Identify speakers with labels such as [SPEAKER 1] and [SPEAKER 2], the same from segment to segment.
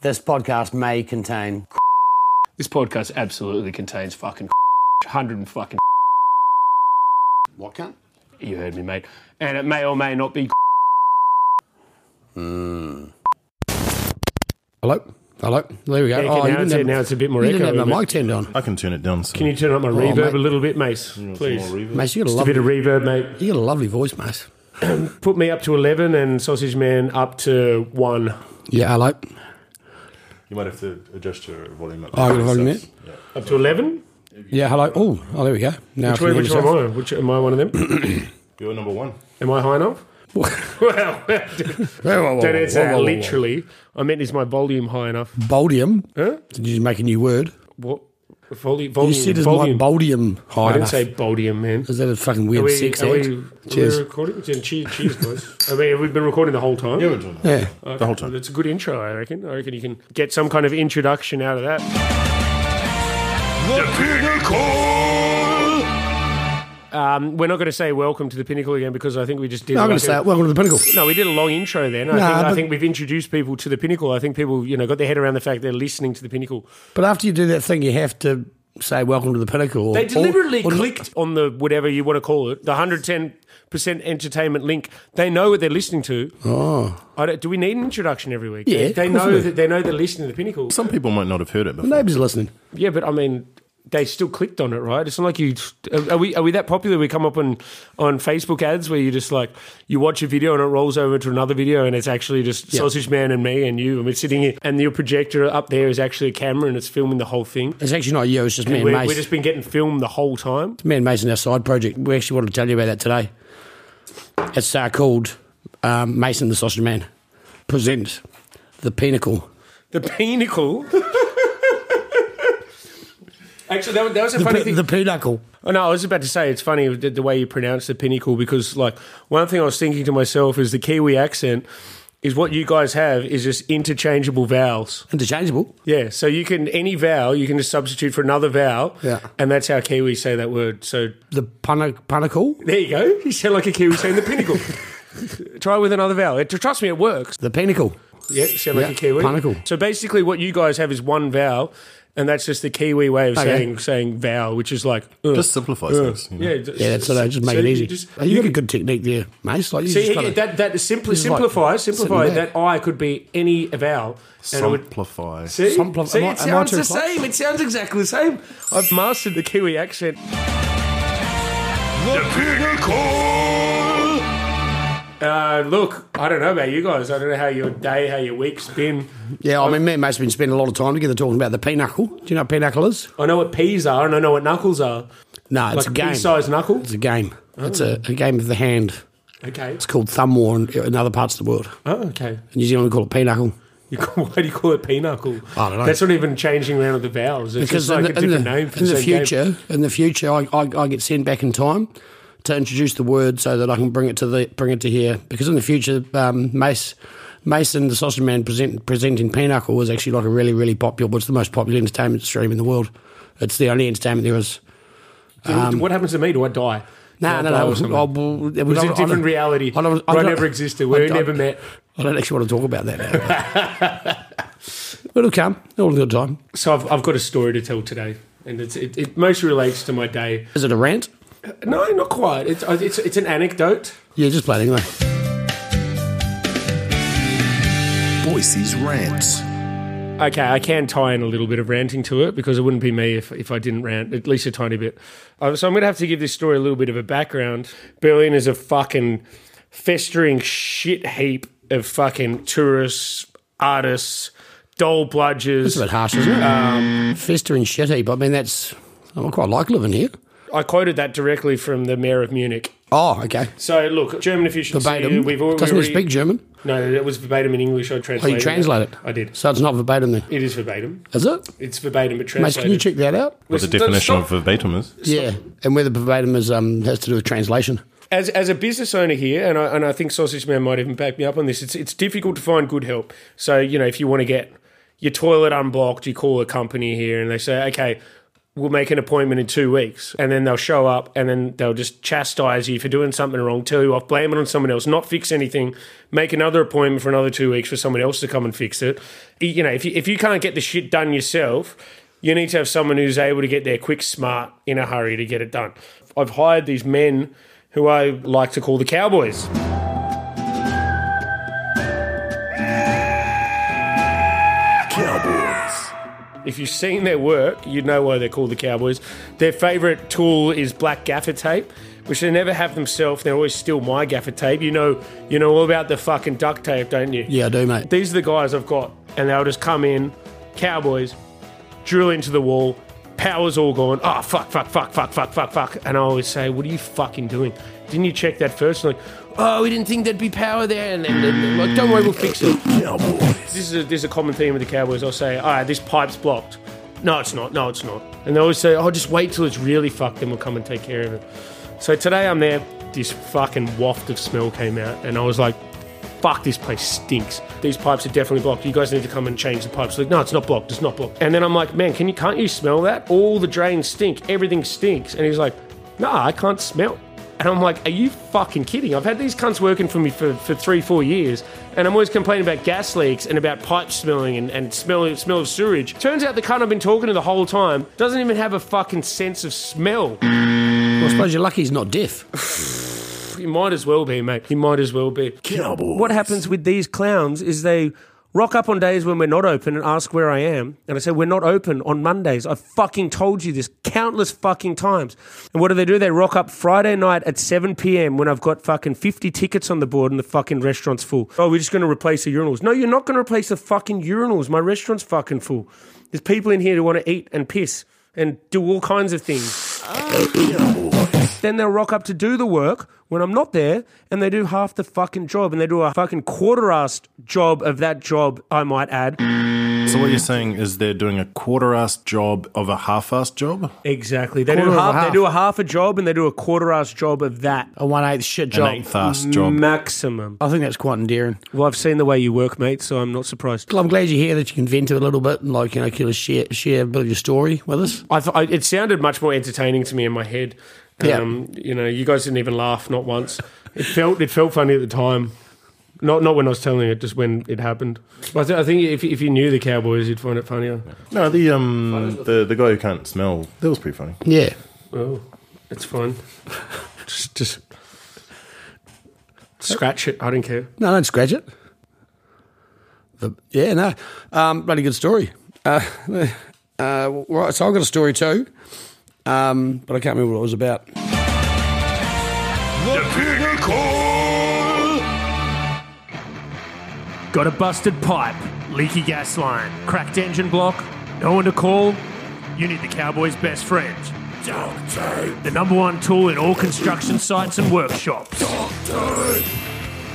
[SPEAKER 1] This podcast may contain.
[SPEAKER 2] This podcast absolutely contains fucking hundred and fucking.
[SPEAKER 1] What cunt?
[SPEAKER 2] You heard me, mate. And it may or may not be.
[SPEAKER 1] Hello? Hello? There we go.
[SPEAKER 3] Yeah, okay, now, it's,
[SPEAKER 1] didn't have-
[SPEAKER 3] now it's a bit more
[SPEAKER 1] you
[SPEAKER 3] echo.
[SPEAKER 1] didn't have
[SPEAKER 3] in
[SPEAKER 1] my
[SPEAKER 3] it.
[SPEAKER 1] mic turned on.
[SPEAKER 4] I can turn it down. So
[SPEAKER 3] Can you turn up my reverb
[SPEAKER 1] mate.
[SPEAKER 3] a little bit, Mace? Please.
[SPEAKER 1] Mate, you got a,
[SPEAKER 3] Just a bit
[SPEAKER 1] lovely,
[SPEAKER 3] of reverb, mate.
[SPEAKER 1] you got a lovely voice, mate.
[SPEAKER 3] Put me up to 11 and Sausage Man up to 1.
[SPEAKER 1] Yeah, hello.
[SPEAKER 4] You might have to adjust your volume up.
[SPEAKER 1] Oh, I've got volume it?
[SPEAKER 3] Up to 11?
[SPEAKER 1] Yeah, hello. Oh, oh, there we go. Now
[SPEAKER 3] Which, one- which one am I? Which, am I one of them?
[SPEAKER 4] You're number one.
[SPEAKER 3] Am I high enough? well, don't
[SPEAKER 1] Don't
[SPEAKER 3] answer that literally. I meant, is my volume high enough?
[SPEAKER 1] Boldium. Did you make a new word?
[SPEAKER 3] What? Volu- volume.
[SPEAKER 1] You said it's
[SPEAKER 3] volume.
[SPEAKER 1] like boldium high
[SPEAKER 3] I didn't
[SPEAKER 1] enough.
[SPEAKER 3] say boldium, man.
[SPEAKER 1] Is that a fucking
[SPEAKER 3] Are
[SPEAKER 1] weird
[SPEAKER 3] we,
[SPEAKER 1] sex
[SPEAKER 3] are
[SPEAKER 1] act?
[SPEAKER 3] we,
[SPEAKER 1] Cheers.
[SPEAKER 3] We're recording? Then Cheers, cheers, guys. I mean, we've been recording the whole time.
[SPEAKER 4] You were doing that.
[SPEAKER 1] yeah.
[SPEAKER 4] The whole time.
[SPEAKER 3] It's a good intro, I reckon. I reckon you can get some kind of introduction out of that. Um, we're not going to say welcome to the pinnacle again because I think we just did.
[SPEAKER 1] No, I'm going
[SPEAKER 3] like
[SPEAKER 1] to say
[SPEAKER 3] a-
[SPEAKER 1] it. Welcome to the Pinnacle.
[SPEAKER 3] No, we did a long intro then. I,
[SPEAKER 1] Nah,
[SPEAKER 3] think, I
[SPEAKER 1] but-
[SPEAKER 3] think we've introduced people to the pinnacle. I think people, you know, got their head around the fact they're listening to the pinnacle.
[SPEAKER 1] But after you do that thing, you have to say welcome to the Pinnacle. or-
[SPEAKER 3] They deliberately
[SPEAKER 1] or- or-
[SPEAKER 3] clicked on the whatever you want to call it, the 110% entertainment link. They know what they're listening to.
[SPEAKER 1] Oh.
[SPEAKER 3] I don't, do we need an introduction every week?
[SPEAKER 1] Yeah,
[SPEAKER 3] They- They
[SPEAKER 1] of course we
[SPEAKER 3] know
[SPEAKER 1] do.
[SPEAKER 3] that they know they're listening to the pinnacle.
[SPEAKER 4] Some people might not have heard it before.
[SPEAKER 1] Nobody's listening.
[SPEAKER 3] Yeah, but I mean, they still clicked on it, right? It's not like you are we are we that popular? We come up on on Facebook ads where you just like you watch a video and it rolls over to another video and it's actually just
[SPEAKER 1] Yeah.
[SPEAKER 3] Sausage Man and me and you and we're sitting here and your projector up there is actually a camera and it's filming the whole thing.
[SPEAKER 1] It's actually not you. It's just me and
[SPEAKER 3] We're,
[SPEAKER 1] Mason.
[SPEAKER 3] we've just been getting filmed the whole time.
[SPEAKER 1] Me and Mason, our side project. We actually wanted to tell you about that today. It's uh, called um, Mason the Sausage Man presents the Pinnacle.
[SPEAKER 3] The pinnacle. Actually, that, was- that was a
[SPEAKER 1] The,
[SPEAKER 3] funny
[SPEAKER 1] pin-
[SPEAKER 3] thing.
[SPEAKER 1] the Pinnacle.
[SPEAKER 3] Oh, no, I was about to say it's funny the, the way you pronounce the pinnacle because, like, one thing I was thinking to myself is the Kiwi accent is what you guys have is just interchangeable vowels.
[SPEAKER 1] Interchangeable.
[SPEAKER 3] Yeah, so you can any vowel you can just substitute for another vowel,
[SPEAKER 1] Yeah.
[SPEAKER 3] and that's how Kiwis say that word. So
[SPEAKER 1] The pinna- Pinnacle.
[SPEAKER 3] there you go. You sound like a Kiwi saying the pinnacle. Try with another vowel. It, trust me, it works.
[SPEAKER 1] The Pinnacle.
[SPEAKER 3] Yeah, sound like
[SPEAKER 1] Yeah,
[SPEAKER 3] a Kiwi.
[SPEAKER 1] pinnacle.
[SPEAKER 3] So basically, what you guys have is one vowel, and that's just the Kiwi way of
[SPEAKER 1] Okay.
[SPEAKER 3] saying saying vowel, which is like uh,
[SPEAKER 4] Just simplifies
[SPEAKER 3] uh,
[SPEAKER 4] things, you know.
[SPEAKER 3] Yeah,
[SPEAKER 1] Yeah, that's it. I just make it easy. You,
[SPEAKER 3] you
[SPEAKER 1] got a
[SPEAKER 3] can-
[SPEAKER 1] good technique there, Mace. Like you
[SPEAKER 3] See,
[SPEAKER 1] just got
[SPEAKER 3] yeah, that that simply
[SPEAKER 1] is like
[SPEAKER 3] simplify simplify
[SPEAKER 1] sitting there.
[SPEAKER 3] that I could be any vowel, and it would.
[SPEAKER 4] Simplify.
[SPEAKER 3] See, See,
[SPEAKER 1] Simplif- am I- am I
[SPEAKER 3] it sounds
[SPEAKER 1] too
[SPEAKER 3] the
[SPEAKER 1] close?
[SPEAKER 3] same. It sounds exactly the same. I've mastered the Kiwi accent. Uh, look, I don't know about you guys. I don't know how your day, how your week's been.
[SPEAKER 1] yeah, I mean, me and Mace have been spending a lot of time together talking about the Pinnacle. Do you know what Pinnacle is?
[SPEAKER 3] I know what peas are, and I know what knuckles are.
[SPEAKER 1] No, it's
[SPEAKER 3] like
[SPEAKER 1] a game.
[SPEAKER 3] pea-sized knuckle.
[SPEAKER 1] It's a game. It's a,
[SPEAKER 3] Oh.
[SPEAKER 1] a game of the hand.
[SPEAKER 3] Okay.
[SPEAKER 1] It's called Thumb War in, in other parts of the world.
[SPEAKER 3] Oh, okay.
[SPEAKER 1] In New Zealand, we call it Pinnacle.
[SPEAKER 3] You call, why do you call it pinnacle?
[SPEAKER 1] I don't know.
[SPEAKER 3] That's not even changing around the vowels. It's just like a different name for
[SPEAKER 1] in
[SPEAKER 3] the, same game.
[SPEAKER 1] future, in the future, I, I, I get sent back in time to introduce the word so that I can bring it to the bring it to here. Because in the future, um, Mace Mason the Sausage Man present, presenting Pinnacle was actually like a really really popular. It's the most popular entertainment stream in the world. It's the only entertainment there is.
[SPEAKER 3] Do-
[SPEAKER 1] um,
[SPEAKER 3] what happens to me? Do I die?
[SPEAKER 1] No, no,
[SPEAKER 3] Do I die
[SPEAKER 1] no.
[SPEAKER 3] or something?
[SPEAKER 1] I- well, it
[SPEAKER 3] It's
[SPEAKER 1] I
[SPEAKER 3] a
[SPEAKER 1] don't-
[SPEAKER 3] different reality.
[SPEAKER 1] I, don't- I
[SPEAKER 3] I
[SPEAKER 1] don't-
[SPEAKER 3] never existed. We
[SPEAKER 1] I- I-
[SPEAKER 3] never met.
[SPEAKER 1] I don't actually want to talk about that. Now. It'll come. It'll um, good time.
[SPEAKER 3] So I've, I've got a story to tell today, and it's, it, it mostly relates to my day.
[SPEAKER 1] Is it a rant?
[SPEAKER 3] No, not quite. It's it's, it's an anecdote.
[SPEAKER 1] Yeah, just play it anyway.
[SPEAKER 5] Boise's Rants.
[SPEAKER 3] Okay, I can tie in a little bit of ranting to it because it wouldn't be me if, if I didn't rant, at least a tiny bit. Uh, so I'm going to have to give this story a little bit of a background. Berlin is a fucking festering shit heap of fucking tourists, artists, doll bludgers.
[SPEAKER 1] It's a bit harsh, isn't it? Um, Festering shit heap. I mean, that's. I quite like living here.
[SPEAKER 3] I quoted that directly from the mayor of Munich.
[SPEAKER 1] Oh, okay.
[SPEAKER 3] So look, German officials.
[SPEAKER 1] Verbatim.
[SPEAKER 3] We've already,
[SPEAKER 1] Doesn't he speak German?
[SPEAKER 3] No, it was verbatim in English. I
[SPEAKER 1] Oh,
[SPEAKER 3] translated.
[SPEAKER 1] you translate it.
[SPEAKER 3] I did.
[SPEAKER 1] So it's not verbatim then,
[SPEAKER 3] It is verbatim.
[SPEAKER 1] is it?
[SPEAKER 3] It's verbatim, but
[SPEAKER 1] Mate,
[SPEAKER 3] translated.
[SPEAKER 1] can you check that out?
[SPEAKER 4] What the
[SPEAKER 3] Listen,
[SPEAKER 4] definition
[SPEAKER 3] stop-
[SPEAKER 4] of verbatim is.
[SPEAKER 1] Yeah, and whether verbatim is um has to do with translation.
[SPEAKER 3] as as a business owner here, and I and I think Sausage Man might even back me up on this. It's it's difficult to find good help. So you know, if you want to get your toilet unblocked, you call a company here, and they say, okay. we'll make an appointment in two weeks. And then they'll show up and then they'll just chastise you for doing something wrong, tell you off, blame it on someone else, not fix anything, make another appointment for another two weeks for someone else to come and fix it. You know, if you, if you can't get the shit done yourself, you need to have someone who's able to get there quick, smart, in a hurry to get it done. I've hired these men who I like to call the cowboys.
[SPEAKER 5] Cowboys.
[SPEAKER 3] If you've seen their work, you'd know why they're called the Cowboys. Their favourite tool is black gaffer tape, which they never have themselves. They always steal my gaffer tape. You know, you know all about the fucking duct tape, don't you?
[SPEAKER 1] Yeah, I do, mate.
[SPEAKER 3] These are the guys I've got, and they'll just come in, Cowboys, drill into the wall, power's all gone. Oh fuck, fuck, fuck, fuck, fuck, fuck, fuck. And I always say, what are you fucking doing? Didn't you check that first? And like, oh, we didn't think there'd be power there, and then, then like, don't worry, we'll fix it
[SPEAKER 5] Cowboys.
[SPEAKER 3] this is a, this is a common theme with the Cowboys. I'll say, all right, this pipe's blocked. No, it's not. No, it's not. And they always say, oh, just wait till it's really fucked, then we'll come and take care of it. So today I'm there. This fucking waft of smell came out, and I was like, fuck, this place stinks. These pipes are definitely blocked. You guys need to come and change the pipes. Like, no, it's not blocked. It's not blocked. And then I'm like, man, can you can't you smell that? All the drains stink. Everything stinks. And he's like, nah, I can't smell. And I'm like, are you fucking kidding? I've had these cunts working for me for, for three, four years, and I'm always complaining about gas leaks and about pipe smelling and, and smell, smell of sewage. Turns out the cunt I've been talking to the whole time doesn't even have a fucking sense of smell.
[SPEAKER 1] Well, I suppose you're lucky he's not deaf.
[SPEAKER 3] He might as well be, mate. He might as well be.
[SPEAKER 5] Cowboys.
[SPEAKER 3] What happens with these clowns is they rock up on days when we're not open and ask where I am. And I say, We're not open on Mondays. I fucking told you this countless fucking times. And what do they do? They rock up Friday night at 7 p.m. when I've got fucking 50 tickets on the board and the fucking restaurant's full. Oh, we're just going to replace the urinals. No, you're not going to replace the fucking urinals. My restaurant's fucking full. There's people in here who want to eat and piss and do all kinds of things then they'll rock up to do the work when I'm not there, and they do half the fucking job, and they do a fucking quarter-assed job of that job, I might add.
[SPEAKER 4] So what you're saying is they're doing a quarter-assed job of a half-assed job,
[SPEAKER 3] Exactly. They do
[SPEAKER 1] Quarter of
[SPEAKER 3] half,
[SPEAKER 1] a
[SPEAKER 3] They do a half a job, and they do a quarter-assed job of that.
[SPEAKER 1] A one eighth shit
[SPEAKER 4] an
[SPEAKER 1] job.
[SPEAKER 4] eighth-assed job.
[SPEAKER 3] Maximum.
[SPEAKER 1] I think that's quite endearing.
[SPEAKER 3] Well, I've seen the way you work, mate, so I'm not surprised.
[SPEAKER 1] Well, I'm glad you're here that you can vent a little bit and, like, you know, kill a share, share a bit of your story with us.
[SPEAKER 3] I th- I, it sounded much more entertaining to me in my head.
[SPEAKER 1] Yeah.
[SPEAKER 3] Um, You know, you guys didn't even laugh, not once. It felt it felt funny at the time. Not not when I was telling it, just when it happened. But I, th- I think if, if you knew the Cowboys, you'd find it funnier.
[SPEAKER 4] No, the um the, the guy who can't smell that was pretty funny.
[SPEAKER 1] Yeah.
[SPEAKER 3] Oh, it's fine. just, just scratch it. I don't care.
[SPEAKER 1] No, don't scratch it. The, yeah, no. Um, bloody good story. Uh, uh, right, so I've got a story too, um, but I can't remember what it was about.
[SPEAKER 3] Got a busted pipe, leaky gas line, cracked engine block. No one to call. You need the Cowboys' best friend. The number one tool in all construction sites and workshops.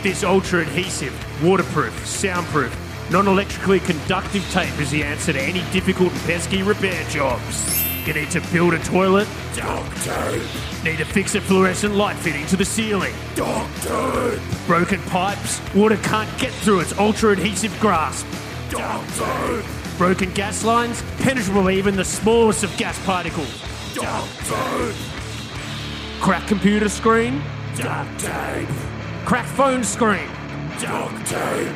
[SPEAKER 3] This ultra adhesive, waterproof, soundproof, non electrically conductive tape is the answer to any difficult and pesky repair jobs. You need to build a toilet? Need to fix a fluorescent light fitting to the ceiling? Broken pipes? Water can't get through its ultra adhesive grasp. Broken gas lines? Penetrable even the smallest of gas particles. Crack computer screen? Duct tape. Crack phone screen? Duct tape.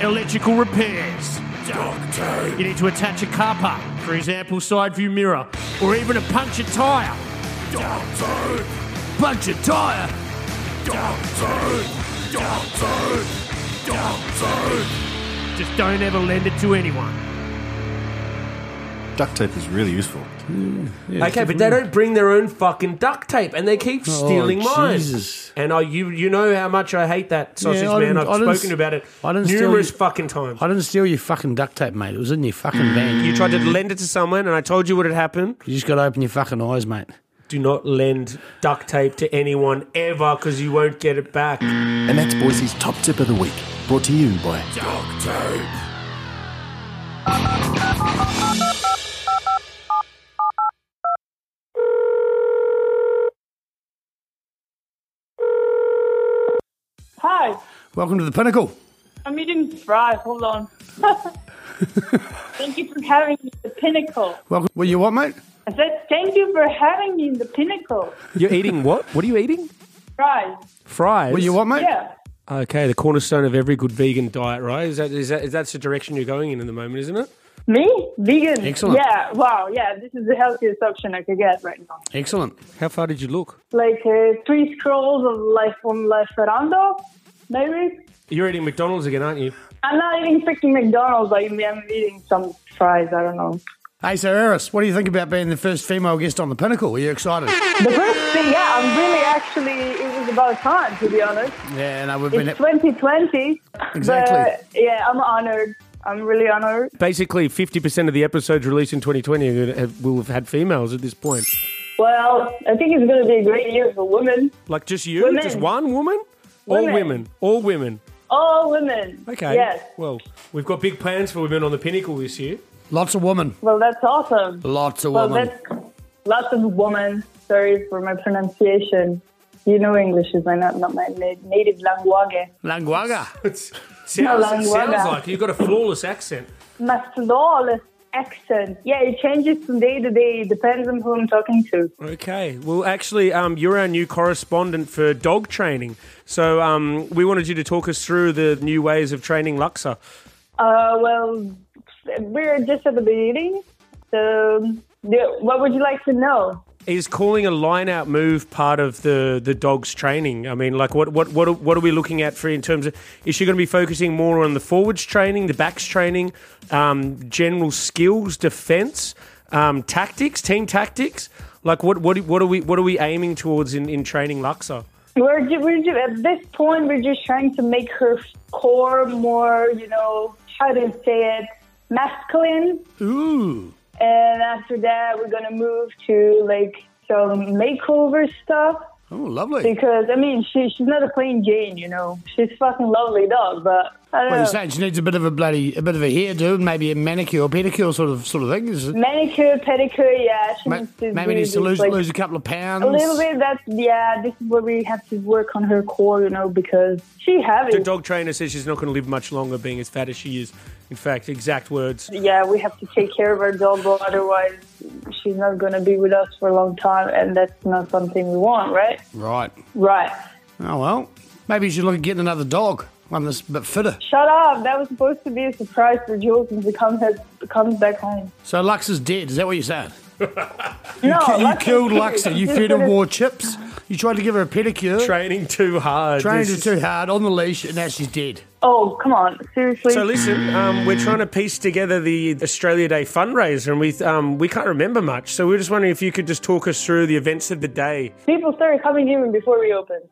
[SPEAKER 3] Electrical repairs? Duct tape. You need to attach a car park, for example, side view mirror, or even a punctured tire. Duct tape. Punctured tire? Duct tape. Duct tape. Duct tape. Just don't ever lend it to anyone.
[SPEAKER 4] Duct tape is really useful.
[SPEAKER 3] Okay, but they don't bring their own fucking duct tape, and they keep stealing mine.
[SPEAKER 1] Oh, Jesus.
[SPEAKER 3] And I, you, you know how much I hate that sausage
[SPEAKER 1] Yeah, I
[SPEAKER 3] man.
[SPEAKER 1] didn't-
[SPEAKER 3] I've
[SPEAKER 1] I didn't
[SPEAKER 3] spoken
[SPEAKER 1] s-
[SPEAKER 3] about it
[SPEAKER 1] I didn't steal
[SPEAKER 3] numerous
[SPEAKER 1] you-
[SPEAKER 3] fucking times.
[SPEAKER 1] I didn't steal your fucking duct tape, mate. It was in your fucking van.
[SPEAKER 3] You
[SPEAKER 1] You,
[SPEAKER 3] tried to lend it to someone, and I told you what had happened.
[SPEAKER 1] you just got to open your fucking eyes, mate.
[SPEAKER 3] Do not lend duct tape to anyone ever, because you won't get it back.
[SPEAKER 5] And that's Boise's top tip of the week. Brought to you by
[SPEAKER 6] Hi,
[SPEAKER 1] Welcome to the pinnacle.
[SPEAKER 6] I'm eating fries. Hold on. Thank you for having me. at The pinnacle.
[SPEAKER 1] Welcome. What do you want, mate?
[SPEAKER 6] I said, thank you for having me in the pinnacle.
[SPEAKER 7] You're eating what? What are you eating?
[SPEAKER 6] Fries.
[SPEAKER 7] Fries.
[SPEAKER 1] Well, you what, mate?
[SPEAKER 6] Yeah.
[SPEAKER 7] Okay, the cornerstone of every good vegan diet, right?
[SPEAKER 8] Is that is that is that's the direction you're going in at the moment, isn't it?
[SPEAKER 6] Me? Vegan.
[SPEAKER 1] Excellent.
[SPEAKER 6] Yeah. Wow. Yeah. This is the healthiest option I could get right now.
[SPEAKER 1] Excellent.
[SPEAKER 7] How far did you look?
[SPEAKER 6] Like uh, three scrolls of life on La Ferrando, maybe.
[SPEAKER 8] You're eating McDonald's again, aren't you?
[SPEAKER 6] I'm not eating freaking McDonald's. I'm, I'm eating some fries. I don't know.
[SPEAKER 1] Hey, Sir Eris, what do you think about being the first female guest on the Pinnacle? Are you excited?
[SPEAKER 6] The first thing, yeah, I'm really actually, it was about time, to be honest.
[SPEAKER 1] yeah, no, we've been.
[SPEAKER 6] It's 2020. But,
[SPEAKER 1] Exactly.
[SPEAKER 6] yeah, I'm honored. I'm really honored.
[SPEAKER 8] Basically, 50% of the episodes released in 2020 are gonna have, will have had females at this point.
[SPEAKER 6] Well, I think it's going to be a great year for women.
[SPEAKER 8] Like just you,
[SPEAKER 6] Women.
[SPEAKER 8] just one woman, all
[SPEAKER 6] Women.
[SPEAKER 8] women, all women.
[SPEAKER 6] All women.
[SPEAKER 7] Okay.
[SPEAKER 6] Yes.
[SPEAKER 8] Well, we've got big plans for women on the pinnacle this year.
[SPEAKER 1] Lots of women.
[SPEAKER 6] Well, that's awesome.
[SPEAKER 1] Lots of
[SPEAKER 6] Well,
[SPEAKER 1] women.
[SPEAKER 6] that's lots of women. Sorry for my pronunciation. You know, English is my not, not my na- native language.
[SPEAKER 1] Languaga.
[SPEAKER 8] It's,
[SPEAKER 6] No
[SPEAKER 8] sounds,
[SPEAKER 6] language.
[SPEAKER 8] sounds like you've got a flawless accent.
[SPEAKER 6] My flawless accent. Yeah, it changes from day to day. It depends on who I'm talking to.
[SPEAKER 8] Okay. Well, actually, um, you're our new correspondent for dog training. So um, we wanted you to talk us through the new ways of training Luxa.
[SPEAKER 6] Uh, well, we're just at the beginning. So, the- what would you like to know?
[SPEAKER 8] Is calling a line out move part of the, the dog's training? I mean, like, what, what, what, are- what are we looking at for in terms of. Is she going to be focusing more on the forwards training, the backs training, um, general skills, defense, um, tactics, team tactics? Like, what, what, what, are we, what are we aiming towards in, in training Luxa?
[SPEAKER 6] We're, ju- we're ju- at this point, we're just trying to make her core more, you know, how to say it, masculine.
[SPEAKER 1] Ooh.
[SPEAKER 6] And after that, we're gonna move to like some makeover stuff
[SPEAKER 1] Oh, lovely.
[SPEAKER 6] because I mean, she she's not a plain Jane, you know. She's a fucking lovely dog, but I
[SPEAKER 1] What
[SPEAKER 6] don't
[SPEAKER 1] are you
[SPEAKER 6] know.
[SPEAKER 1] saying? She needs a bit of a bloody, a bit of a hairdo, and maybe a manicure, pedicure, sort of, sort of thing. Is it-
[SPEAKER 6] Mm, Manicure, pedicure, yeah. She
[SPEAKER 1] ma-
[SPEAKER 6] needs to
[SPEAKER 1] maybe
[SPEAKER 6] do
[SPEAKER 1] needs to
[SPEAKER 6] this,
[SPEAKER 1] lose,
[SPEAKER 6] like,
[SPEAKER 1] lose a couple of pounds.
[SPEAKER 6] a little bit. That's yeah. This is where we have to work on her core, you know, because she
[SPEAKER 8] The
[SPEAKER 6] having
[SPEAKER 8] dog trainer says she's not going to live much longer being as fat as she is. In fact, exact words.
[SPEAKER 6] yeah, we have to take care of our dog, or otherwise she's not gonna be with us for a long time, and that's not something we want, right?
[SPEAKER 1] Right.
[SPEAKER 6] Right.
[SPEAKER 1] Oh well. Maybe you should look at getting another dog, one that's a bit fitter.
[SPEAKER 6] Shut up! That was supposed to be a surprise for Jules when she comes, comes back home.
[SPEAKER 1] So Lux is dead. Is that what you're saying?
[SPEAKER 6] No,
[SPEAKER 1] Ki- you
[SPEAKER 6] Oh, Lux is
[SPEAKER 1] killed
[SPEAKER 6] cute.
[SPEAKER 1] Luxa. You
[SPEAKER 6] She's
[SPEAKER 1] fed her
[SPEAKER 6] gonna-
[SPEAKER 1] war chips. You tried to give her a pedicure.
[SPEAKER 8] Training too hard.
[SPEAKER 1] trained
[SPEAKER 8] This
[SPEAKER 1] her
[SPEAKER 8] is-
[SPEAKER 1] too hard on the leash, and now she's dead.
[SPEAKER 6] Oh, come on. Seriously?
[SPEAKER 8] So listen, um, we're trying to piece together the Australia Day fundraiser, and we um, we can't remember much. So we are just wondering if you could just talk us through the events of the day.
[SPEAKER 6] People started coming even before we opened.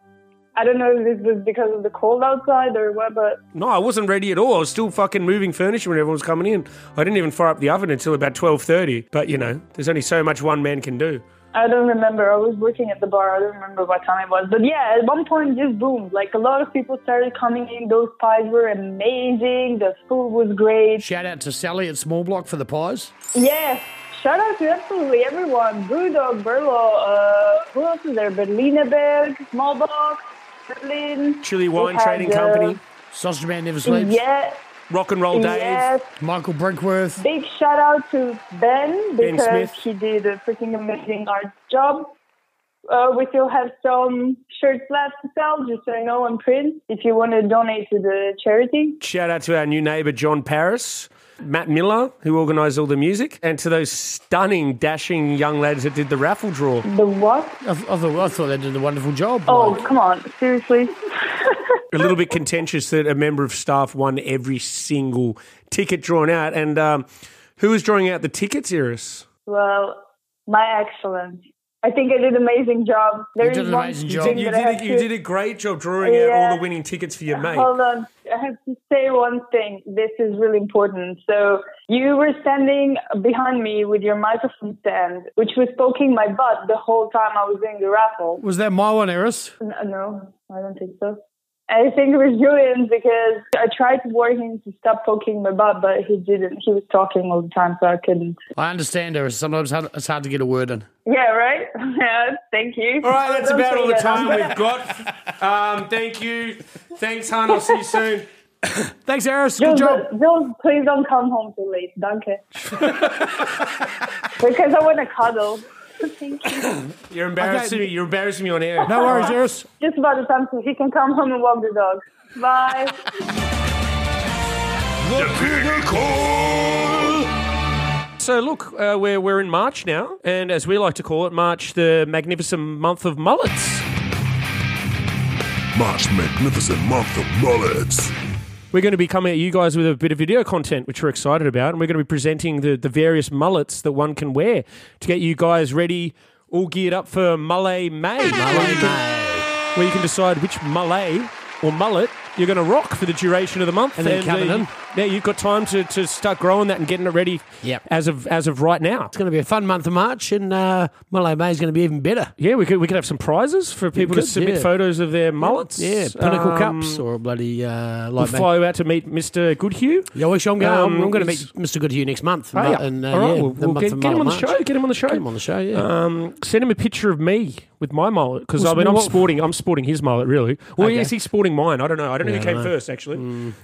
[SPEAKER 6] I don't know if this was because of the cold outside or what, but
[SPEAKER 8] No, I wasn't ready at all. I was still fucking moving furniture when everyone was coming in. I didn't even fire up the oven until about twelve thirty. But you know, there's only so much one man can do.
[SPEAKER 6] I don't remember. I was working at the bar. I don't remember what time it was. But yeah, at one point, it just boomed. Like, a lot of people started coming in. Those pies were amazing. The food was great.
[SPEAKER 1] Shout out to Sally at Small Block for the pies.
[SPEAKER 6] Yes. Shout out to absolutely everyone. Brewdog, Berlo, uh, who else is there? Berlinerberg, Smallbox, Berlin.
[SPEAKER 8] Chili Wine
[SPEAKER 6] We had,
[SPEAKER 8] Trading
[SPEAKER 6] uh,
[SPEAKER 8] Company,
[SPEAKER 1] Sausage Man never sleeps.
[SPEAKER 6] Yeah,
[SPEAKER 8] Rock and Roll Dave.
[SPEAKER 6] yes.
[SPEAKER 1] Michael Brinkworth.
[SPEAKER 6] Big shout out to Ben
[SPEAKER 8] Ben
[SPEAKER 6] because
[SPEAKER 8] Smith.
[SPEAKER 6] he did a freaking amazing art job. Uh, we still have some shirts left to sell, just so you know, and print if you want to donate to the charity.
[SPEAKER 8] Shout out to our new neighbour, John Paris, Matt Miller, who organised all the music, and to those stunning, dashing young lads that did the raffle draw.
[SPEAKER 6] The what?
[SPEAKER 1] I, th- I, thought, I thought they did a wonderful job.
[SPEAKER 6] Oh,
[SPEAKER 1] Like,
[SPEAKER 6] come on, seriously.
[SPEAKER 8] A little bit contentious that a member of staff won every single ticket drawn out. And um, who was drawing out the tickets, Iris?
[SPEAKER 6] well, my excellence. I think I did an amazing job. There
[SPEAKER 1] did
[SPEAKER 6] is
[SPEAKER 1] an
[SPEAKER 6] one
[SPEAKER 1] amazing
[SPEAKER 6] thing
[SPEAKER 1] job. You
[SPEAKER 6] that I have to-
[SPEAKER 8] a great job drawing
[SPEAKER 6] Yeah.
[SPEAKER 8] winning tickets for your
[SPEAKER 6] Hold on. I have to say one thing. This is really important. So you were standing behind me with your microphone stand, which was poking my butt the whole time I was doing the raffle.
[SPEAKER 1] was that my one, Eris?
[SPEAKER 6] N- No, I don't think so. I think it was Julian because I tried to warn him to stop poking my butt, but he didn't. He was talking all the time, so I couldn't.
[SPEAKER 1] I understand, Eris. Sometimes hard- it's hard to get a word in.
[SPEAKER 6] Yeah, right? Yeah, thank you.
[SPEAKER 8] All right, that's
[SPEAKER 6] Don't
[SPEAKER 8] about
[SPEAKER 6] say
[SPEAKER 8] all the
[SPEAKER 6] that. I'm
[SPEAKER 8] time
[SPEAKER 6] gonna-
[SPEAKER 8] we've got. Um, thank you. Thanks, Han. I'll see you soon.
[SPEAKER 1] Thanks, Eris. Good
[SPEAKER 6] Jules,
[SPEAKER 1] job.
[SPEAKER 6] Jules, please don't come home too late. Danke. because I want to cuddle. Thank you.
[SPEAKER 8] You're embarrassing me. You're embarrassing me on air.
[SPEAKER 1] No worries, Iris.
[SPEAKER 6] Just about the time so he can come home and walk the dog. Bye.
[SPEAKER 8] So look, uh, we're we're in March now, and as we like to call it, March, the magnificent month of mullets.
[SPEAKER 9] March Magnificent Month of Mullets.
[SPEAKER 8] We're going to be coming at you guys with a bit of video content, which we're excited about, and we're going to be presenting the, the various mullets that one can wear to get you guys ready, all geared up for Mullet May, where, you can, where you can decide which mullet or mullet you're going to rock for the duration of the month.
[SPEAKER 10] And then cover them.
[SPEAKER 8] you- yeah, you've got time to, to start growing that and getting it ready
[SPEAKER 1] Yep.
[SPEAKER 8] as of as of right now.
[SPEAKER 1] It's going to be a fun month of March, and uh, Malay May is going to be even better.
[SPEAKER 8] Yeah, we could we could have some prizes for people to
[SPEAKER 1] could,
[SPEAKER 8] submit
[SPEAKER 1] yeah.
[SPEAKER 8] photos of their mullets.
[SPEAKER 1] Yeah, pinnacle
[SPEAKER 8] Um,
[SPEAKER 1] cups or a bloody uh,
[SPEAKER 8] We'll
[SPEAKER 1] like.
[SPEAKER 8] fly out to meet Mr. Goodhue.
[SPEAKER 1] yeah, well, I'm going.
[SPEAKER 8] Um,
[SPEAKER 1] I'm, going to meet
[SPEAKER 8] it's-
[SPEAKER 1] Mr. Goodhue next month.
[SPEAKER 8] Oh,
[SPEAKER 1] mu-
[SPEAKER 8] yeah.
[SPEAKER 1] and, uh,
[SPEAKER 8] All right,
[SPEAKER 1] yeah,
[SPEAKER 8] we'll,
[SPEAKER 1] the
[SPEAKER 8] we'll
[SPEAKER 1] month
[SPEAKER 8] get,
[SPEAKER 1] of
[SPEAKER 8] get him on the
[SPEAKER 1] Mullet
[SPEAKER 8] show.
[SPEAKER 1] March.
[SPEAKER 8] Get him on the show.
[SPEAKER 1] Get him on the show. Yeah.
[SPEAKER 8] Um, send him a picture of me with my mullet because I
[SPEAKER 1] Well,
[SPEAKER 8] mean I'm
[SPEAKER 1] well-
[SPEAKER 8] sporting. I'm sporting his mullet really. Well,
[SPEAKER 1] Okay.
[SPEAKER 8] yes, he's sporting mine. I don't know. I don't know who came first actually.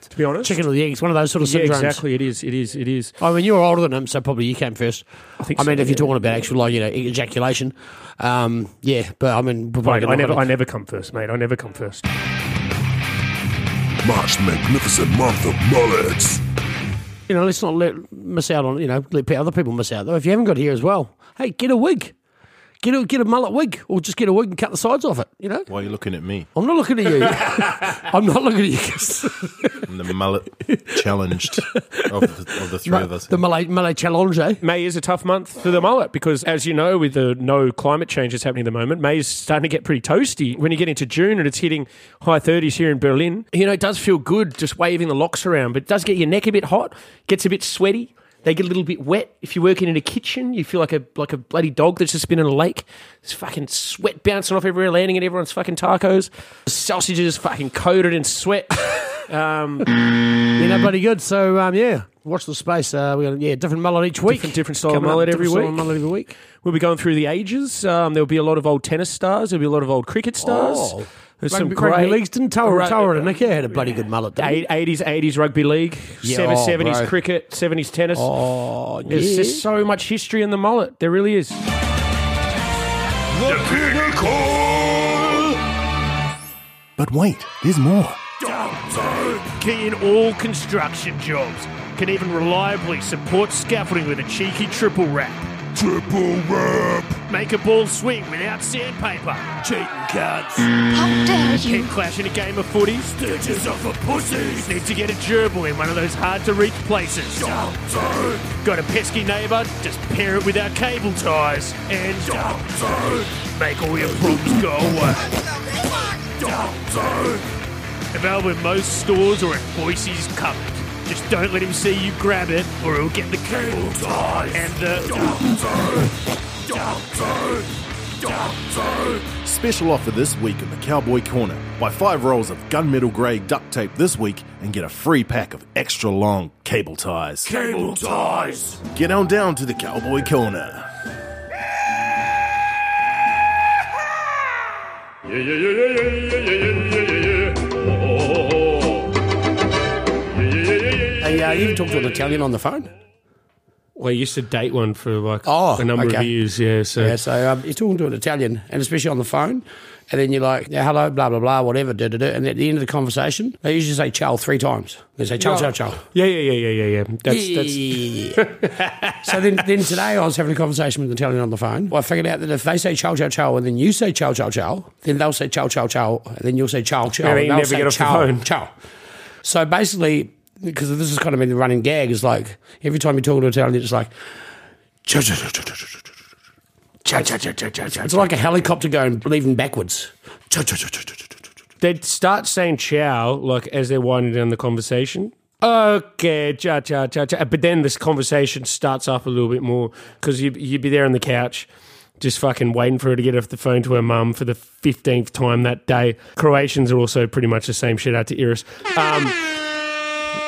[SPEAKER 8] To be honest,
[SPEAKER 1] Chicken or the egg. It's one of those sort of
[SPEAKER 8] yeah,
[SPEAKER 1] syndromes.
[SPEAKER 8] exactly. It is. It is. It is.
[SPEAKER 1] I mean, you were older than him, so probably you came first. I
[SPEAKER 8] think
[SPEAKER 1] I mean,
[SPEAKER 8] so,
[SPEAKER 1] if you're
[SPEAKER 8] yeah.
[SPEAKER 1] talking about actual, like you know, ejaculation, um, yeah. But I mean, we're probably
[SPEAKER 8] I,
[SPEAKER 1] gonna
[SPEAKER 8] never.
[SPEAKER 1] look
[SPEAKER 8] I
[SPEAKER 1] at it.
[SPEAKER 8] never come first, mate. I never come first.
[SPEAKER 9] March Magnificent Month of Mullets.
[SPEAKER 1] you know, let's not let miss out on you know let pe- other people miss out though. If you haven't got here as well, hey, get a wig, get a get a mullet wig, or just get a wig and cut the sides off it. You know,
[SPEAKER 11] Why are you looking at me?
[SPEAKER 1] I'm not looking at you. I'm not looking at you.
[SPEAKER 11] I'm the mullet challenged of the, of the three of us.
[SPEAKER 1] the Malay Malay challenge, eh?
[SPEAKER 8] May is a tough month for the mullet because, as you know, with the no climate change that's happening at the moment, May is starting to get pretty toasty. When you get into June and it's hitting high 30s here in Berlin, you know, it does feel good just waving the locks around, but it does get your neck a bit hot, gets a bit sweaty. They get a little bit wet. If you're working in a kitchen, you feel like a like a bloody dog that's just been in a lake. There's fucking sweat bouncing off everywhere, landing in everyone's fucking tacos. Sausages fucking coated in sweat.
[SPEAKER 1] You know, bloody good. So um, yeah, watch the space. Uh, we got yeah, different mullet each week,
[SPEAKER 8] Different- different style of
[SPEAKER 1] Coming up,
[SPEAKER 8] mullet every
[SPEAKER 1] different style
[SPEAKER 8] week.
[SPEAKER 1] of mullet every week.
[SPEAKER 8] We'll be going through the ages. Um, there'll be a lot of old tennis stars. There'll be a lot of old cricket stars.
[SPEAKER 1] Oh.
[SPEAKER 8] There's
[SPEAKER 1] Rugby, rugby leagues didn't Tower
[SPEAKER 8] Right.
[SPEAKER 1] Tower and Nicky had a bloody good mullet. didn't he?
[SPEAKER 8] Eight- 80s, 80s rugby league,
[SPEAKER 1] Yeah,
[SPEAKER 8] Seven-
[SPEAKER 1] oh,
[SPEAKER 8] 70s
[SPEAKER 1] bro.
[SPEAKER 8] cricket, 70s tennis.
[SPEAKER 1] Oh,
[SPEAKER 8] There's
[SPEAKER 1] yeah.
[SPEAKER 8] just so much history in the mullet. There really is.
[SPEAKER 5] But wait, there's more.
[SPEAKER 8] Key in all construction jobs. Can even reliably support scaffolding with a cheeky triple wrap.
[SPEAKER 9] Triple rap.
[SPEAKER 8] Make a ball swing without sandpaper. Cheating cards.
[SPEAKER 12] How dare you!
[SPEAKER 8] clash in a game of footy. Stitches off a pussy. Need to get a gerbil in one of those hard to reach places. Got a pesky neighbour? Just pair it with our cable ties. And make all your problems go away. Available in most stores or in Boise's cupboard. Just don't let him see you grab it, or he'll get the cable ties and the.
[SPEAKER 5] Special offer this week in the Cowboy Corner. Buy five rolls of gunmetal grey duct tape this week and get a free pack of extra long cable ties. Cable ties! Get on down to the Cowboy Corner.
[SPEAKER 1] Hey, uh, you talked to an Italian on the phone.
[SPEAKER 8] Well, I used to date one for like
[SPEAKER 1] Oh, a number of okay.
[SPEAKER 8] years, yeah. So
[SPEAKER 1] Yeah, so um, you're talking to an Italian, and especially on the phone, and then you're like, yeah, hello, blah, blah, blah, whatever, da, da, da. And at the end of the conversation, they usually say ciao three times. They say ciao, ciao, ciao.
[SPEAKER 8] yeah, yeah, yeah, yeah, yeah. That's
[SPEAKER 1] Yeah. so then, then today I was having a conversation with an Italian on the phone. I figured out that if they say ciao, ciao, ciao, and then you say ciao, ciao, ciao, then they'll say ciao, ciao, ciao, and then you'll say ciao, ciao,
[SPEAKER 8] And they
[SPEAKER 1] they'll
[SPEAKER 8] never
[SPEAKER 1] say
[SPEAKER 8] get off the
[SPEAKER 1] ciao,
[SPEAKER 8] phone.
[SPEAKER 1] ciao. So basically, because this has kind of been the running gag, is like every time you talk to an Italian, it's like, ciao, ciao, ciao, ciao, ciao, ciao, ciao, ciao, ciao, ciao, ciao, ciao, ciao. it's like a helicopter going leaving backwards. Ciao, ciao, ciao, ciao, ciao, ciao, ciao, ciao.
[SPEAKER 8] they'd start saying ciao like as they're winding down the conversation. Okay, ciao, ciao, ciao, ciao. But then this conversation starts up a little bit more because you, you'd be there on the couch. Just fucking waiting for her to get off the phone to her mum for the 15th time that day. Croatians are also pretty much the same shit out to Iris. Um,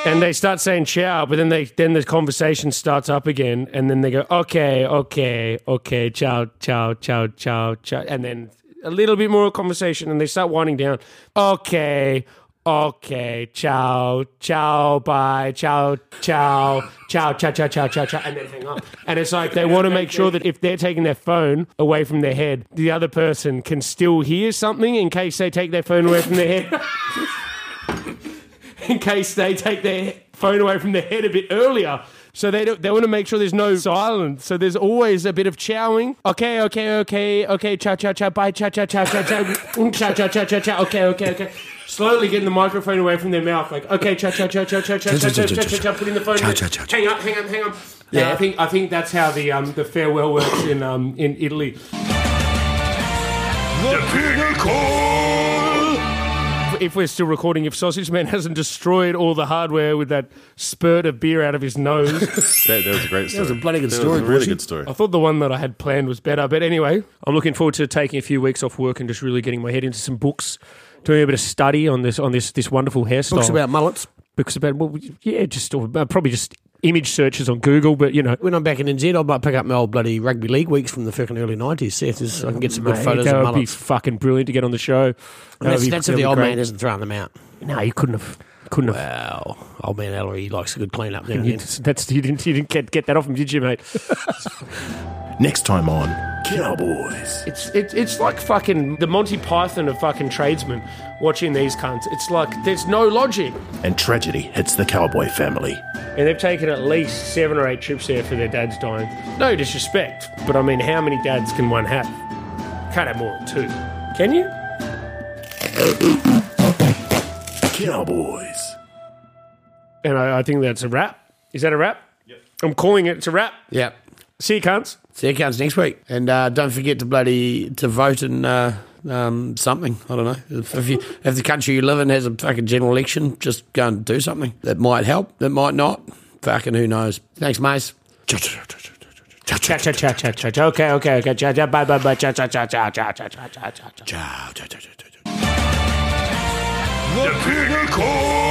[SPEAKER 8] and they start saying ciao, but then they then the conversation starts up again, and then they go okay, okay, okay, ciao, ciao, ciao, ciao, ciao, and then a little bit more conversation, and they start winding down. Okay,
[SPEAKER 3] okay, ciao, ciao, bye, ciao, ciao, ciao, ciao, ciao, ciao, ciao, ciao, and then hang up. And it's like they want to make sure that if they're taking their phone away from their head, the other person can still hear something in case they take their phone away from their head. in case they take their phone away from their head a bit earlier. So they don't, they want to make sure there's no silence. So there's always a bit of chowing. Okay, okay, okay, okay, chow, chow, chow, bye, chow, chow, chow, chow, chow, Mm, chow, chow, chow, chow, chow, okay, okay, okay. Slowly getting the microphone away from their mouth. Like, okay, chow, chow, chow, chow, chow, chow, chow, chow, chow, chow, chow, putting the phone in.
[SPEAKER 9] Chow, chow, chow, chow.
[SPEAKER 3] Hang on, hang on, hang on. Yeah, I think I think that's how the um, the farewell works in um, in Italy.
[SPEAKER 9] The pinnacle!
[SPEAKER 3] if we're still recording, if Sausage Man hasn't destroyed all the hardware with that spurt of beer out of his nose,
[SPEAKER 5] That, that was a great story.
[SPEAKER 1] was a bloody good
[SPEAKER 5] That
[SPEAKER 1] story,
[SPEAKER 5] was a really
[SPEAKER 1] Bushy.
[SPEAKER 5] good story.
[SPEAKER 3] I thought the one that I had planned was better. But anyway, I'm looking forward to taking a few weeks off work and just really getting my head into some books, doing a bit of study on this on this this wonderful hairstyle.
[SPEAKER 8] Books about mullets.
[SPEAKER 3] books about well, yeah, just or, uh, probably just image searches on Google. But you know,
[SPEAKER 8] When I'm back in NZ, I might pick up my old bloody
[SPEAKER 1] Rugby league weeks from the fucking early 90s. See if there's, I can get some good
[SPEAKER 3] mate,
[SPEAKER 1] photos
[SPEAKER 3] that
[SPEAKER 1] of
[SPEAKER 3] would be
[SPEAKER 1] mullets.
[SPEAKER 3] fucking brilliant to get on the show. That would
[SPEAKER 1] That's,
[SPEAKER 3] be-
[SPEAKER 1] that's
[SPEAKER 3] that
[SPEAKER 1] if the
[SPEAKER 3] would be
[SPEAKER 1] old
[SPEAKER 3] great.
[SPEAKER 1] man isn't throwing them out.
[SPEAKER 3] No, you couldn't have. Couldn't have.
[SPEAKER 1] Wow. Old man Ellery likes a good clean up.
[SPEAKER 3] You, that's you didn't you didn't get, get that off him, did you, mate?
[SPEAKER 5] Next time on Cowboys.
[SPEAKER 3] It's it, it's like fucking the Monty Python of fucking tradesmen watching these cunts. It's like there's no logic.
[SPEAKER 5] And tragedy hits the cowboy family.
[SPEAKER 3] And they've taken at least seven or eight trips there for their dads dying. No disrespect, but I mean, how many dads can one have? Can't have more than two, can you?
[SPEAKER 5] Cowboys.
[SPEAKER 3] And I, I think that's a wrap. Is that a wrap? Yep. I'm calling it. It's a wrap.
[SPEAKER 1] Yep.
[SPEAKER 3] See you, cunts.
[SPEAKER 1] See you counts next week. And uh, don't forget to bloody to vote in uh, um, something. I don't know. If, if you if the country you live in has a fucking general election, just go and do something. That might help. That might not. Fucking who knows. Thanks, Mace.
[SPEAKER 3] Cha cha cha cha cha cha. Okay, okay, okay. Cha cha. Bye bye bye. Cha cha cha cha cha cha cha cha cha.
[SPEAKER 9] The pinnacle!